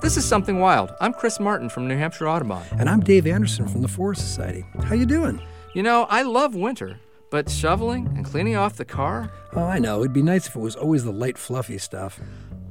This is Something Wild. I'm Chris Martin from New Hampshire Audubon. And I'm Dave Anderson from the Forest Society. How you doing? You know, I love winter, but shoveling and cleaning off the car, Oh, I know. It'd be nice if it was always the light, fluffy stuff.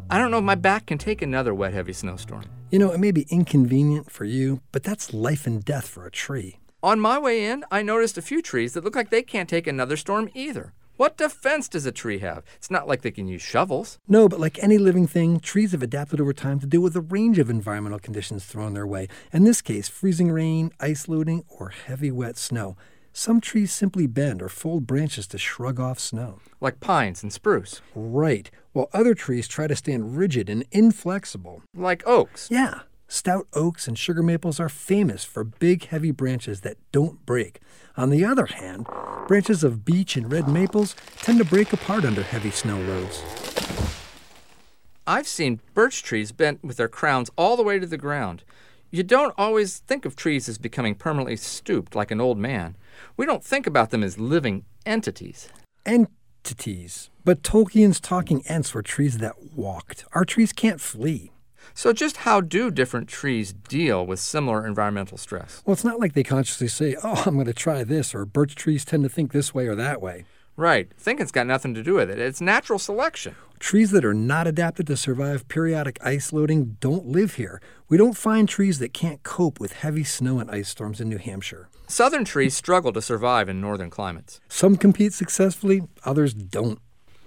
I don't know if my back can take another wet, heavy snowstorm. You know, it may be inconvenient for you, but that's life and death for a tree. On my way in, I noticed a few trees that look like they can't take another storm either. What defense does a tree have? It's not like they can use shovels. No, but like any living thing, trees have adapted over time to deal with a range of environmental conditions thrown their way. In this case, freezing rain, ice loading, or heavy wet snow. Some trees simply bend or fold branches to shrug off snow. like pines and spruce, Right, while other trees try to stand rigid and inflexible. like oaks. Yeah, stout oaks and sugar maples are famous for big, heavy branches that don't break. On the other hand, branches of beech and red maples tend to break apart under heavy snow loads. I've seen birch trees bent with their crowns all the way to the ground. You don't always think of trees as becoming permanently stooped like an old man. We don't think about them as living entities. Entities. But Tolkien's talking ents were trees that walked. Our trees can't flee. So, just how do different trees deal with similar environmental stress? Well, it's not like they consciously say, oh, I'm going to try this, or birch trees tend to think this way or that way. Right, thinking's got nothing to do with it. It's natural selection. Trees that are not adapted to survive periodic ice loading don't live here. We don't find trees that can't cope with heavy snow and ice storms in New Hampshire. Southern trees struggle to survive in northern climates. Some compete successfully, others don't.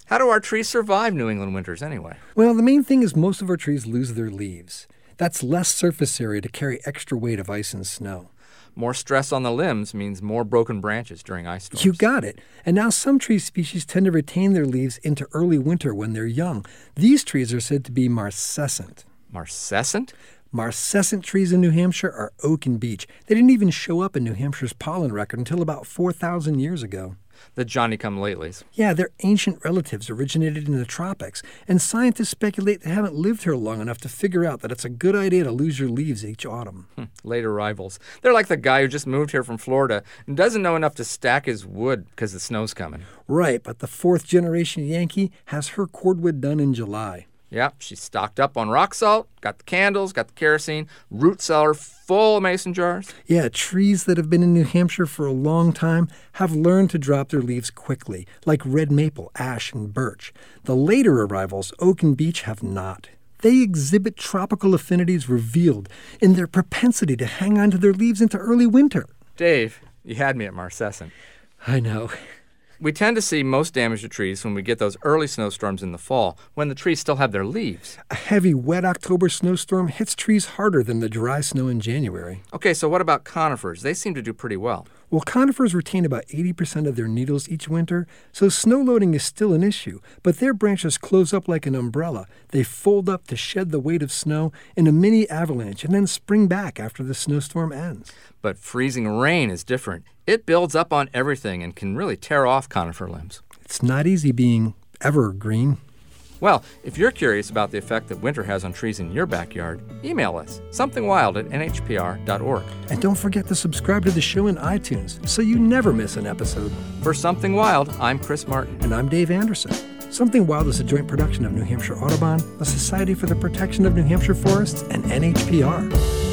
How do our trees survive New England winters anyway? Well, the main thing is most of our trees lose their leaves. That's less surface area to carry extra weight of ice and snow. More stress on the limbs means more broken branches during ice storms. You got it. And now some tree species tend to retain their leaves into early winter when they're young. These trees are said to be marcescent. Marcescent? Marcescent trees in New Hampshire are oak and beech. They didn't even show up in New Hampshire's pollen record until about 4,000 years ago. The Johnny come latelys. Yeah, their ancient relatives originated in the tropics, and scientists speculate they haven't lived here long enough to figure out that it's a good idea to lose your leaves each autumn. later arrivals. They're like the guy who just moved here from Florida and doesn't know enough to stack his wood because the snow's coming. Right, but the fourth generation Yankee has her cordwood done in July. Yep, she stocked up on rock salt, got the candles, got the kerosene, root cellar full of mason jars. Yeah, trees that have been in New Hampshire for a long time have learned to drop their leaves quickly, like red maple, ash, and birch. The later arrivals, oak and beech, have not. They exhibit tropical affinities revealed in their propensity to hang on to their leaves into early winter. Dave, you had me at Marcescent. I know. We tend to see most damage to trees when we get those early snowstorms in the fall, when the trees still have their leaves. A heavy, wet October snowstorm hits trees harder than the dry snow in January. Okay, so what about conifers? They seem to do pretty well. Well, conifers retain about 80% of their needles each winter, so snow loading is still an issue, but their branches close up like an umbrella. They fold up to shed the weight of snow in a mini avalanche and then spring back after the snowstorm ends. But freezing rain is different. It builds up on everything and can really tear off conifer limbs. It's not easy being evergreen. Well, if you're curious about the effect that winter has on trees in your backyard, email us somethingwild at nhpr.org. And don't forget to subscribe to the show in iTunes so you never miss an episode. For Something Wild, I'm Chris Martin. And I'm Dave Anderson. Something Wild is a joint production of New Hampshire Audubon, the Society for the Protection of New Hampshire Forests, and NHPR.